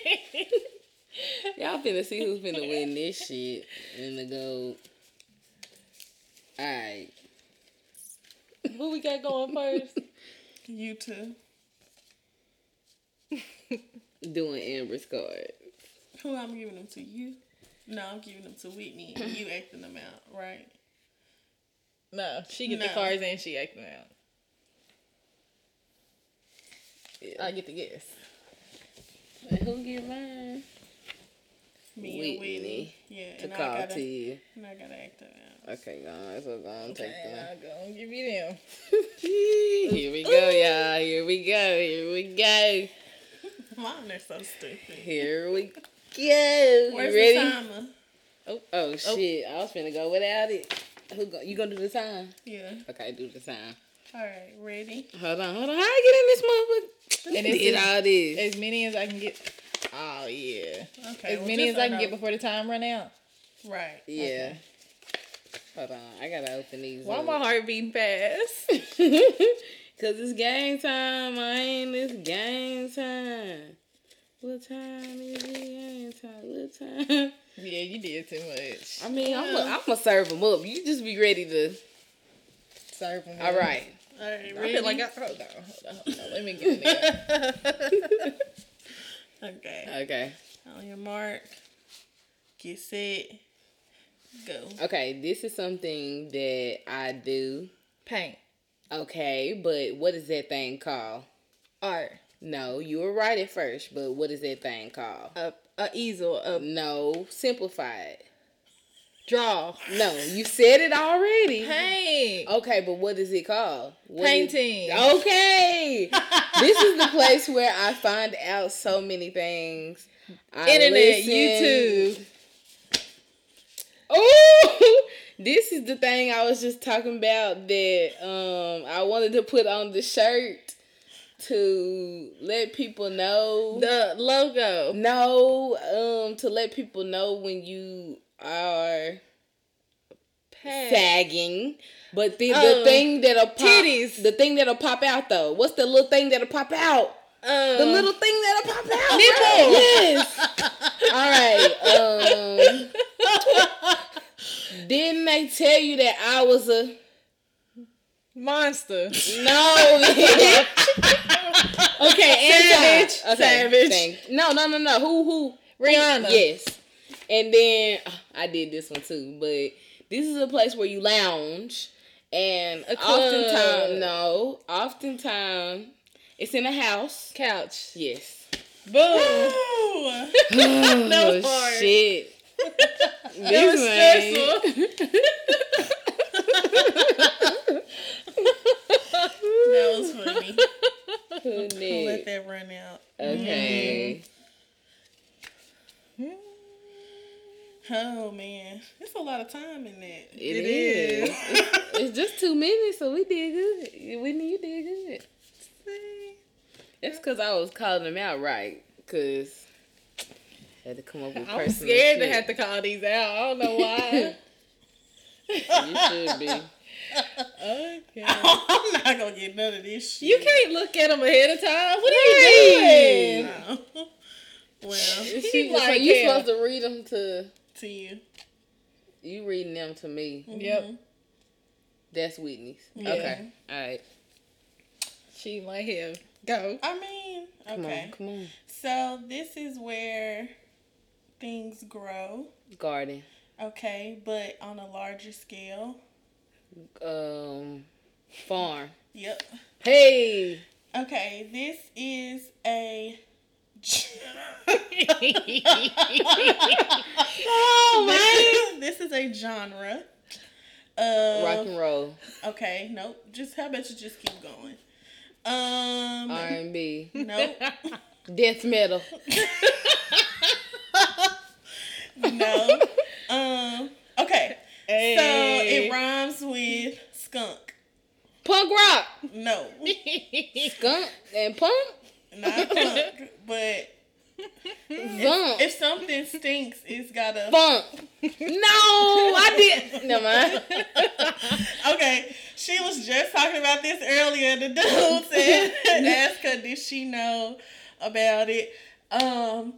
Speaker 2: Y'all finna see who's finna win this shit in the go. Alright.
Speaker 4: Who we got going first?
Speaker 3: You too.
Speaker 2: Doing Amber's card.
Speaker 3: Who I'm giving them to? You? No, I'm giving them to Whitney. and You acting them out, right?
Speaker 4: No, she get
Speaker 3: No.
Speaker 4: the cars and she acting out.
Speaker 2: Yeah.
Speaker 4: I get the guess.
Speaker 2: Who get mine?
Speaker 3: Me
Speaker 2: Whitney.
Speaker 3: and Whitney. Yeah,
Speaker 2: To
Speaker 3: and I,
Speaker 2: call
Speaker 3: gotta,
Speaker 2: to you.
Speaker 3: and I gotta act them out.
Speaker 2: Okay, guys, so gonna take
Speaker 4: And
Speaker 2: that.
Speaker 4: I'll go and give you them.
Speaker 2: Here we go, y'all. Here we go. Here we go.
Speaker 3: Mom, they're so stupid.
Speaker 2: Here we go. You
Speaker 3: Where's
Speaker 2: ready?
Speaker 3: the timer?
Speaker 2: Oh, oh shit! I was finna go without it. Who go, you gonna do the time?
Speaker 3: Yeah.
Speaker 2: Okay, do the time.
Speaker 3: All right, ready?
Speaker 2: Hold on, hold on. How I get in this motherfucker?
Speaker 4: And
Speaker 2: And
Speaker 4: it's
Speaker 2: did
Speaker 4: just-
Speaker 2: all this.
Speaker 4: As many as I can get. Oh yeah.
Speaker 3: Okay.
Speaker 4: as
Speaker 3: well,
Speaker 4: many
Speaker 3: just
Speaker 4: as I
Speaker 3: so
Speaker 4: can get
Speaker 3: know.
Speaker 4: before the time run out.
Speaker 3: Right.
Speaker 2: yeah. Hold on, I gotta open these.
Speaker 4: Why
Speaker 2: up.
Speaker 4: my heart beating fast?
Speaker 2: Cause it's game time, man. It's game time. What time is it game time? What time?
Speaker 4: yeah, you did too much.
Speaker 2: I mean, I'm gonna I'm serve them up. You just be ready to.
Speaker 4: Serving.
Speaker 2: All right.
Speaker 3: All right,
Speaker 4: I
Speaker 3: ready?
Speaker 4: feel like I hold on, hold on, hold on. Let me get in there.
Speaker 3: okay.
Speaker 2: Okay.
Speaker 3: On your mark, get set, go.
Speaker 2: Okay. This is something that I do.
Speaker 4: Paint.
Speaker 2: Okay, but what is that thing called?
Speaker 4: Art.
Speaker 2: No, you were right at first, but what is that thing called?
Speaker 4: A, a easel. A
Speaker 2: No, simplify it.
Speaker 4: draw.
Speaker 2: No, you said it already.
Speaker 4: Paint.
Speaker 2: Okay, but what is it called? What is-
Speaker 4: Painting. oh.
Speaker 2: Okay. this is the place where I find out so many things. I
Speaker 4: Internet.
Speaker 2: listen.
Speaker 4: YouTube.
Speaker 2: Oh, this is the thing I was just talking about that um I wanted to put on the shirt to let people know.
Speaker 4: The logo.
Speaker 2: no, um, to let people know when you are
Speaker 4: Paint.
Speaker 2: sagging. But the,
Speaker 4: Oh,
Speaker 2: the thing that'll pop,
Speaker 4: titties.
Speaker 2: the thing that'll pop out though. What's the little thing that'll pop out?
Speaker 4: Uh,
Speaker 2: The little thing that'll pop out.
Speaker 4: Nipple.
Speaker 2: Yes. All right. Um, didn't they tell you that I was a
Speaker 4: Monster.
Speaker 2: No. okay, and
Speaker 4: Savage.
Speaker 2: Savage.
Speaker 4: Savage.
Speaker 2: No, no, no, no. Who, who?
Speaker 4: Rihanna.
Speaker 2: Yes. And then oh, I did this one too, but this is a place where you lounge, and
Speaker 4: A club.
Speaker 2: oftentimes, no, oftentimes it's in a house.
Speaker 4: Couch.
Speaker 2: Yes.
Speaker 4: Boom.
Speaker 3: Ooh.
Speaker 2: no
Speaker 4: hard.
Speaker 2: shit.
Speaker 4: That was
Speaker 2: this
Speaker 4: stressful.
Speaker 3: That was funny.
Speaker 2: one.
Speaker 3: Let
Speaker 2: Goodness.
Speaker 3: that run out.
Speaker 4: Mm-hmm.
Speaker 2: Okay.
Speaker 3: Oh man, it's a lot of time in that.
Speaker 2: it is. It's just two minutes, so we did good. Whitney, you did good. That's because I was calling them out right. Because I had to come up with
Speaker 4: I'm
Speaker 2: personal
Speaker 4: scared to
Speaker 2: shit.
Speaker 4: have to call these out. I don't know why.
Speaker 2: You should be.
Speaker 4: okay.
Speaker 3: I'm not gonna get none of this shit.
Speaker 4: You can't look at them ahead of time. What are you doing?
Speaker 3: No. well,
Speaker 2: She was
Speaker 4: like
Speaker 2: like, you
Speaker 4: hell.
Speaker 2: supposed to read them to
Speaker 3: to you.
Speaker 2: you reading them to me.
Speaker 4: Yep.
Speaker 2: That's Whitney's.
Speaker 3: Yeah.
Speaker 2: Okay. All right.
Speaker 4: She like him. Go.
Speaker 3: I mean,
Speaker 2: Come
Speaker 3: okay.
Speaker 2: on. Come on.
Speaker 3: So this is where things grow.
Speaker 2: Garden.
Speaker 3: Okay, but on a larger scale.
Speaker 2: Um. Farm.
Speaker 3: Yep.
Speaker 2: Hey.
Speaker 3: Okay, this is a. oh man! This is a genre. Of,
Speaker 2: Rock and roll.
Speaker 3: Okay, nope. Just how about you just keep going? Um,
Speaker 2: R and B.
Speaker 3: nope,
Speaker 2: Death metal.
Speaker 3: no. Um, okay. So
Speaker 4: Hey.
Speaker 3: it rhymes with skunk.
Speaker 2: Punk rock.
Speaker 3: No,
Speaker 2: Skunk and punk.
Speaker 3: not skunk, but
Speaker 2: Zunk.
Speaker 3: if something stinks, it's gotta.
Speaker 2: Funk. No, I did. Never mind.
Speaker 3: Okay, she was just talking about this earlier. The dude said, asked her, did she know about it? Um,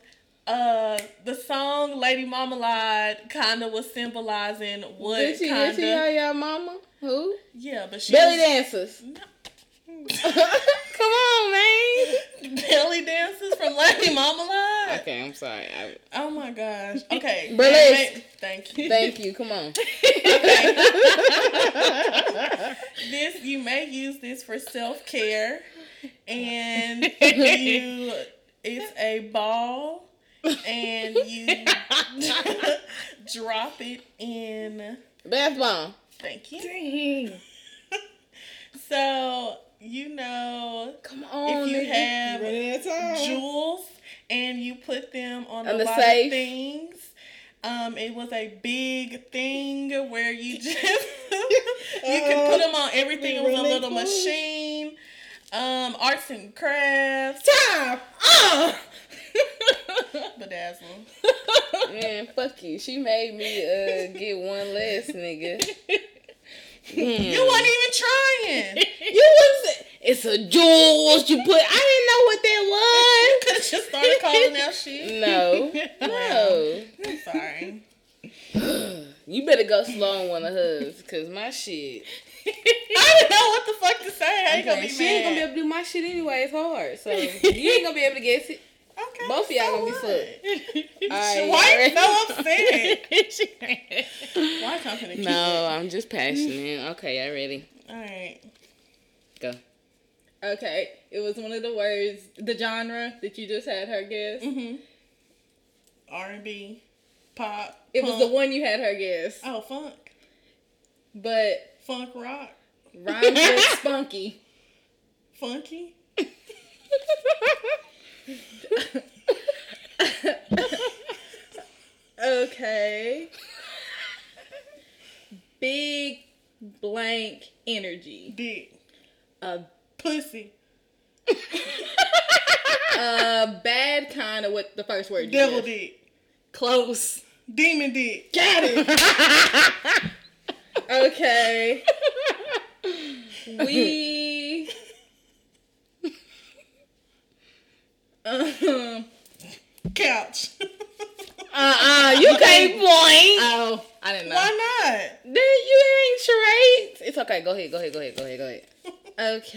Speaker 3: uh, the song Lady Mama Lied kind of was symbolizing what
Speaker 2: Did she
Speaker 3: kind
Speaker 2: get
Speaker 3: of.
Speaker 2: to y'all, y'all mama? Who?
Speaker 3: Yeah, but she.
Speaker 2: Belly
Speaker 3: was-
Speaker 2: dancers. Come on, man.
Speaker 3: belly dances from Lady Mama Lied?
Speaker 2: Okay, I'm sorry. I,
Speaker 3: Oh my gosh. Okay.
Speaker 2: Burlesque.
Speaker 3: Ma- Thank you.
Speaker 2: thank you. Come on.
Speaker 3: this you may use this for self care, and you it's a ball, and you drop it in.
Speaker 2: Bath bomb.
Speaker 3: Thank you. So you know
Speaker 2: Come on,
Speaker 3: if you
Speaker 2: nigga.
Speaker 3: have
Speaker 4: Ju-
Speaker 3: jewels and you put them on
Speaker 2: On
Speaker 3: a
Speaker 2: the
Speaker 3: lot
Speaker 2: safe.
Speaker 3: of things. Um, it was a big thing where you just you could
Speaker 4: Uh,
Speaker 3: put them on everything. It was a
Speaker 4: really
Speaker 3: little
Speaker 4: cool.
Speaker 3: machine. Um, arts and crafts.
Speaker 4: Time. Uh.
Speaker 3: Bedazzle.
Speaker 2: Man, fuck you. She made me uh get one less, nigga.
Speaker 3: You weren't even trying.
Speaker 2: You was it's a jewel. What you put? I
Speaker 3: Could have just started calling out shit.
Speaker 2: didn't know what that was. No, no.
Speaker 3: I'm sorry.
Speaker 2: You better go slow on one of hers, cause my shit.
Speaker 3: I didn't know what the fuck to say. How you gonna be
Speaker 2: she ain't gonna be
Speaker 3: mad?
Speaker 2: able to do my shit anyway. It's hard, so you ain't gonna be able to guess it.
Speaker 3: okay,
Speaker 2: Both of y'all gonna be
Speaker 3: what?
Speaker 2: fucked. All right,
Speaker 3: Why are you
Speaker 2: y'all
Speaker 3: so
Speaker 2: ready?
Speaker 3: upset? Why can't I keep
Speaker 2: No, I'm just passionate. Okay, y'all ready?
Speaker 3: it? All right.
Speaker 2: Go.
Speaker 4: okay. It was one of the words, the genre that you just had her guess.
Speaker 3: Mm-hmm. R and B, pop.
Speaker 4: It was
Speaker 3: punk.
Speaker 4: the one you had her guess,
Speaker 3: Oh, funk,
Speaker 4: but
Speaker 3: funk rock,
Speaker 4: rhymes with spunky.
Speaker 3: funky.
Speaker 4: Okay. Big blank energy.
Speaker 3: Dick,
Speaker 2: Uh,
Speaker 4: A
Speaker 3: pussy,
Speaker 4: a bad kind of what the first word you
Speaker 3: devil
Speaker 4: said.
Speaker 3: dick,
Speaker 4: Close.
Speaker 3: demon dick.
Speaker 4: Got it. okay. We um Uh,
Speaker 3: Couch.
Speaker 2: Uh-uh, you can't point.
Speaker 4: uh, Oh, I didn't know.
Speaker 3: Why
Speaker 2: Then you ain't charades. It's okay. Go ahead. Go ahead. Go ahead. Go ahead. Go ahead. She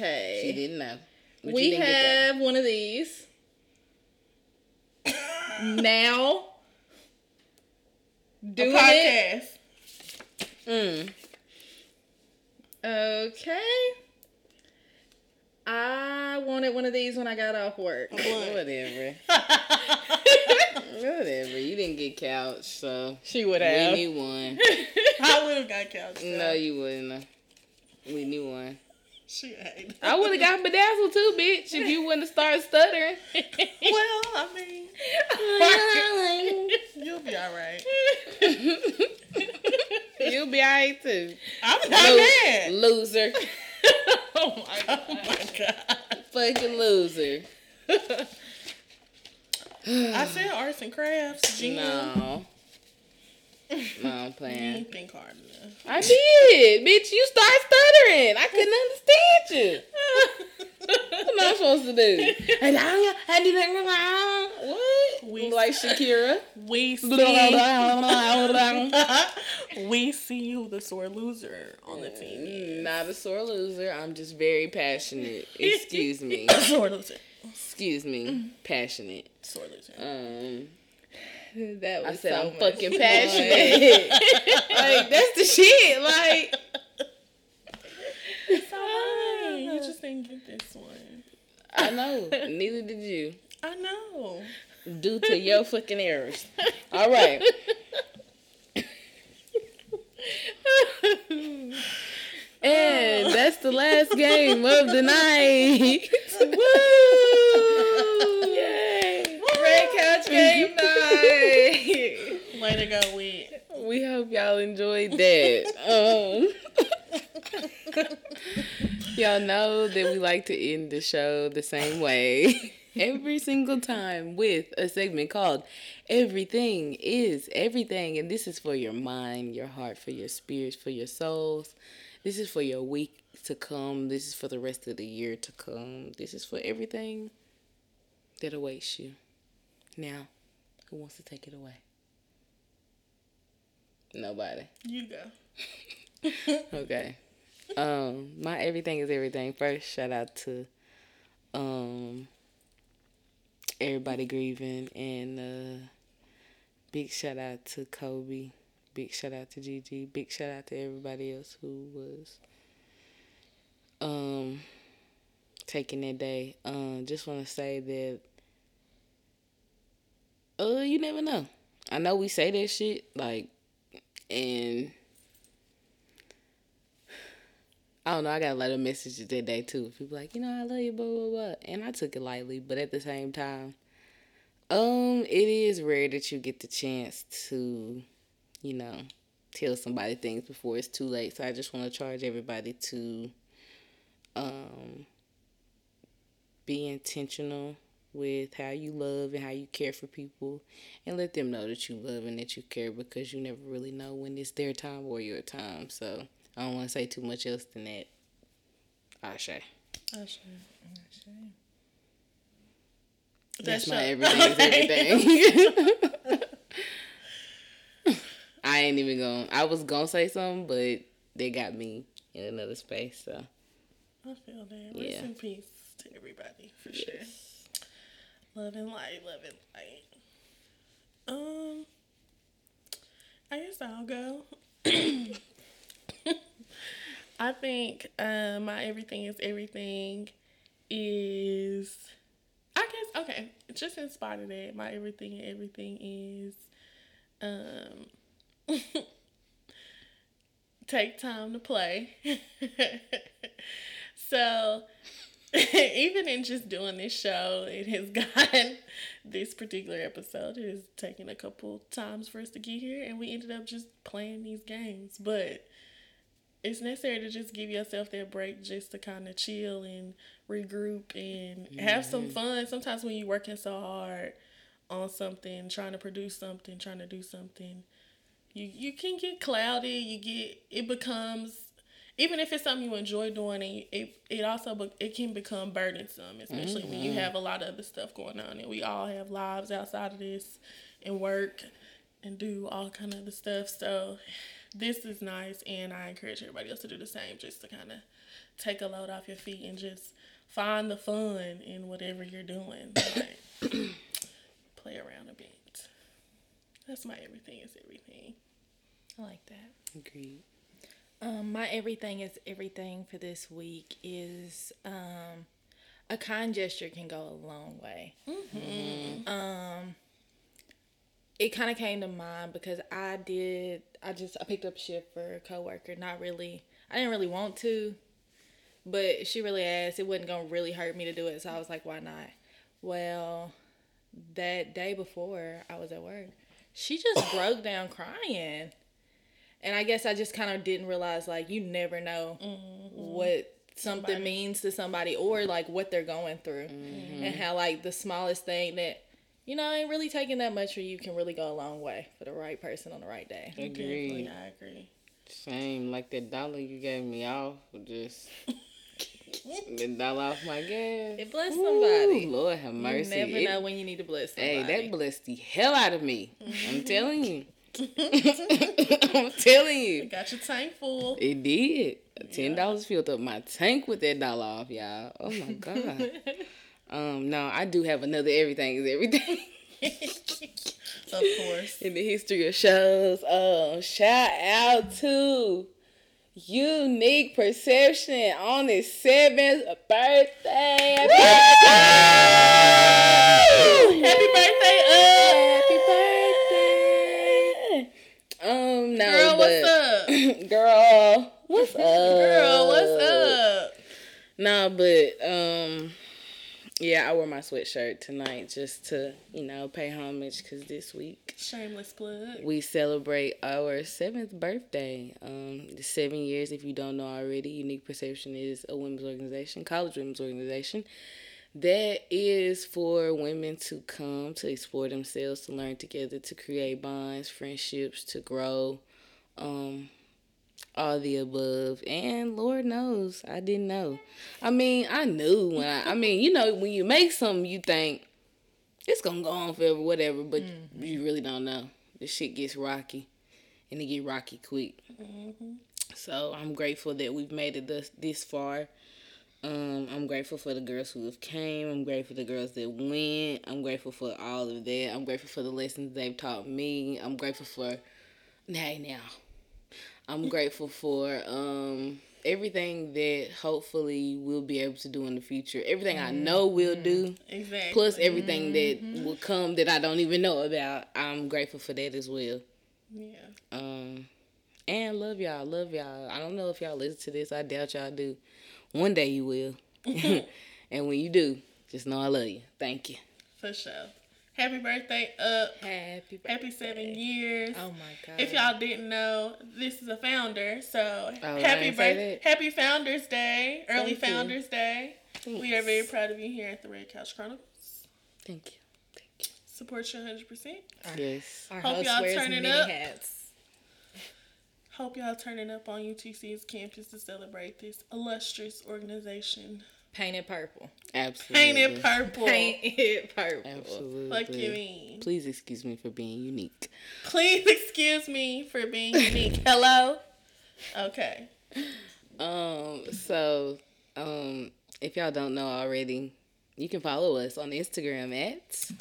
Speaker 4: Okay.
Speaker 2: didn't know. But you
Speaker 4: We
Speaker 2: didn't get that.
Speaker 4: have one of these. now.
Speaker 3: not? A
Speaker 4: Doing it.
Speaker 3: podcast.
Speaker 2: Mm.
Speaker 4: Okay. I wanted one of these when I got off work.
Speaker 2: Whatever. Whatever. You didn't get couch, so
Speaker 4: She would
Speaker 2: we
Speaker 4: have.
Speaker 2: need one.
Speaker 3: I would have got couch.
Speaker 2: No, you wouldn't. have. We knew one.
Speaker 3: She ain't.
Speaker 2: I would have got bedazzled too, bitch, if you wouldn't have started stuttering.
Speaker 3: Well, I mean, you'll be all right.
Speaker 2: You'll be alright too.
Speaker 3: I'm not
Speaker 2: Lo-
Speaker 3: mad.
Speaker 2: Loser.
Speaker 4: oh my
Speaker 3: Oh my god!
Speaker 2: Fucking loser.
Speaker 3: I said arts and crafts. Gym.
Speaker 2: No. No, I'm
Speaker 3: You
Speaker 2: playing.
Speaker 3: didn't think hard enough.
Speaker 2: I did, bitch. You start stuttering. I couldn't understand you. what am I supposed to do? And I- I do that- What?
Speaker 3: We-
Speaker 2: like Shakira.
Speaker 3: We see, we see who the sore loser on the team. is.
Speaker 2: Not a sore loser. I'm just very passionate. Excuse me.
Speaker 3: Mm. sore loser.
Speaker 2: Excuse me. Passionate.
Speaker 3: Sore loser.
Speaker 2: Um,
Speaker 4: That was
Speaker 2: I said
Speaker 4: so
Speaker 2: I'm
Speaker 4: much
Speaker 2: fucking
Speaker 4: fun.
Speaker 2: passionate. like that's the shit. Like
Speaker 3: Hey, you just didn't get this one.
Speaker 2: I know. Neither did you.
Speaker 3: I know.
Speaker 2: due to your fucking errors. All right. and that's the last game of the night. Woo! Yay!
Speaker 4: Red couch game night.
Speaker 3: Way to go, we.
Speaker 2: We hope y'all enjoyed that. Um, y'all know that we like to end the show the same way every single time with a segment called Everything is Everything. And this is for your mind, your heart, for your spirits, for your souls. This is for your week to come. This is for the rest of the year to come. This is for everything that awaits you. Now, who wants to take it away? Nobody.
Speaker 3: You go.
Speaker 2: Okay. Um, my everything is everything. First, shout out to um everybody grieving and uh big shout out to Kobe. Big shout out to Gigi. Big shout out to everybody else who was um taking that day. Um, just want to say that uh you never know. I know we say that shit like and I don't know. I got a lot of messages that day too. People like, you know, I love you, blah blah blah, and I took it lightly, but at the same time, um, it is rare that you get the chance to, you know, tell somebody things before it's too late. So I just want to charge everybody to, um, be intentional with how you love and how you care for people, and let them know that you love and that you care because you never really know when it's their time or your time. So. I don't want to say too much else than that. Ashe. That's my everything is everything. I ain't even going. to I was gonna say something, but they got me in another space. So
Speaker 3: I feel that. Rest
Speaker 2: Yeah.
Speaker 3: in peace to everybody, for sure. Love and light, love and light. Um, I guess I'll go. I think uh, my everything is everything is. I guess okay. Just in spite of that, my everything and everything is. Um, take time to play. So even in just doing this show, it has gotten this particular episode. It has taken a couple times for us to get here, and we ended up just playing these games. But it's necessary to just give yourself that break just to kind of chill and regroup and have some fun. Sometimes when you're working so hard on something, trying to produce something, trying to do something, you you can get cloudy. You get it becomes even if it's something you enjoy doing, and it it also be, it can become burdensome, especially when you have a lot of other stuff going on, and we all have lives outside of this, and work and do all kind of the stuff. So this is nice, and I encourage everybody else to do the same, just to kind of take a load off your feet and just find the fun in whatever you're doing. Like, play around a bit. That's my everything is everything.
Speaker 4: I like that.
Speaker 2: Agreed.
Speaker 4: Um, my everything is everything for this week is um, a kind gesture can go a long way. Um, it kind of came to mind because I did. I just I picked up shift for a coworker. Not really. I didn't really want to, but she really asked. It wasn't gonna really hurt me to do it, so I was like, why not? Well, that day before I was at work, she just broke down crying and I guess I just kind of didn't realize like you never know
Speaker 2: Mm-hmm.
Speaker 4: what something means to somebody or like what they're going through
Speaker 2: Mm-hmm.
Speaker 4: and how like the smallest thing that you know ain't really taking that much for you can really go a long way for the right person on the right day.
Speaker 2: Agreed.
Speaker 3: Definitely, I agree.
Speaker 2: Same. Like that dollar you gave me off, just that dollar off my gas.
Speaker 4: It blessed somebody.
Speaker 2: Ooh, Lord have mercy.
Speaker 4: You never
Speaker 2: It-
Speaker 4: know when you need to bless somebody.
Speaker 2: hey, that blessed the hell out of me. I'm telling you. I'm telling you.
Speaker 3: Got your tank full.
Speaker 2: It did. Ten dollars filled up my tank with that dollar off, y'all. Oh my god. um, no, I do have another everything is everything
Speaker 3: Of course.
Speaker 2: in the history of shows. Um, shout out to Unique Perception on his seventh birthday. Happy birthday! Happy birthday!
Speaker 3: uh!
Speaker 2: Happy birthday! Um, no,
Speaker 3: Girl,
Speaker 2: but
Speaker 3: what's up?
Speaker 2: girl, what's up?
Speaker 3: Girl, what's up?
Speaker 2: No, but um, yeah, I wore my sweatshirt tonight just to you know pay homage because this week
Speaker 3: Shameless plug.
Speaker 2: we celebrate our seventh birthday. Um, the seven years, if you don't know already, Unique Perception is a women's organization, college women's organization. That is for women to come to explore themselves, to learn together, to create bonds, friendships, to grow, um, all the above. And Lord knows, I didn't know. I mean, I knew when I, I mean, you know, when you make something, you think, it's gonna go on forever, whatever. But you really don't know. The shit gets rocky, and it get rocky quick. So I'm grateful that we've made it this this far. Um, I'm grateful for the girls who have came. I'm grateful for the girls that went. I'm grateful for all of that. I'm grateful for the lessons they've taught me. I'm grateful for hey now. I'm grateful for um everything that hopefully we'll be able to do in the future. Everything I know we'll do
Speaker 3: Exactly.
Speaker 2: plus everything
Speaker 3: Mm-hmm.
Speaker 2: that will come that I don't even know about. I'm grateful for that as well.
Speaker 3: yeah.
Speaker 2: Um, and love y'all, love y'all. I don't know if y'all listen to this. I doubt y'all do. One day you will, and when you do, just know I love you. Thank you.
Speaker 3: For sure. Happy birthday up.
Speaker 4: Happy birthday.
Speaker 3: Happy seven years.
Speaker 4: Oh my god.
Speaker 3: If y'all didn't know, this is a founder. So
Speaker 2: Oh, I
Speaker 3: happy
Speaker 2: didn't say
Speaker 3: birthday.
Speaker 2: that.
Speaker 3: Happy Founders Day. Early
Speaker 2: Thank you.
Speaker 3: Founders Day. We are
Speaker 2: Thanks.
Speaker 3: very proud of you here at the Red Couch Chronicles.
Speaker 2: Thank you. Thank
Speaker 3: Support you 100%.
Speaker 2: you. Yes.
Speaker 4: Our
Speaker 3: hope
Speaker 4: host
Speaker 3: y'all
Speaker 4: wears
Speaker 3: turn it
Speaker 4: many
Speaker 3: up.
Speaker 4: hats.
Speaker 3: Hope y'all turning up on UTC's campus to celebrate this illustrious organization.
Speaker 4: Painted purple.
Speaker 2: Absolutely.
Speaker 3: Ain't it purple?
Speaker 4: Painted purple.
Speaker 2: Absolutely.
Speaker 3: Fuck you mean.
Speaker 2: Please excuse me for being unique.
Speaker 3: Please excuse me for being unique. Hello? Okay.
Speaker 2: Um, so, um, if y'all don't know already, you can follow us on Instagram at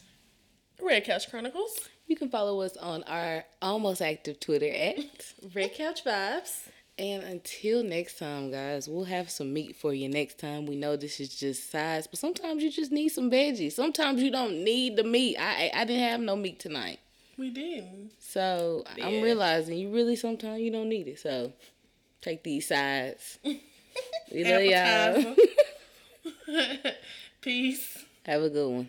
Speaker 3: Red Couch Chronicles.
Speaker 2: You can follow us on our almost active Twitter at.
Speaker 4: Red couch vibes.
Speaker 2: and until next time, guys, we'll have some meat for you next time. We know this is just size, but sometimes you just need some veggies. Sometimes you don't need the meat. I I, I didn't have no meat tonight,
Speaker 3: We didn't.
Speaker 2: so I'm realizing you really sometimes you don't need it. So take these sides. We love y'all.
Speaker 3: Appetizer. Peace.
Speaker 2: Have a good one.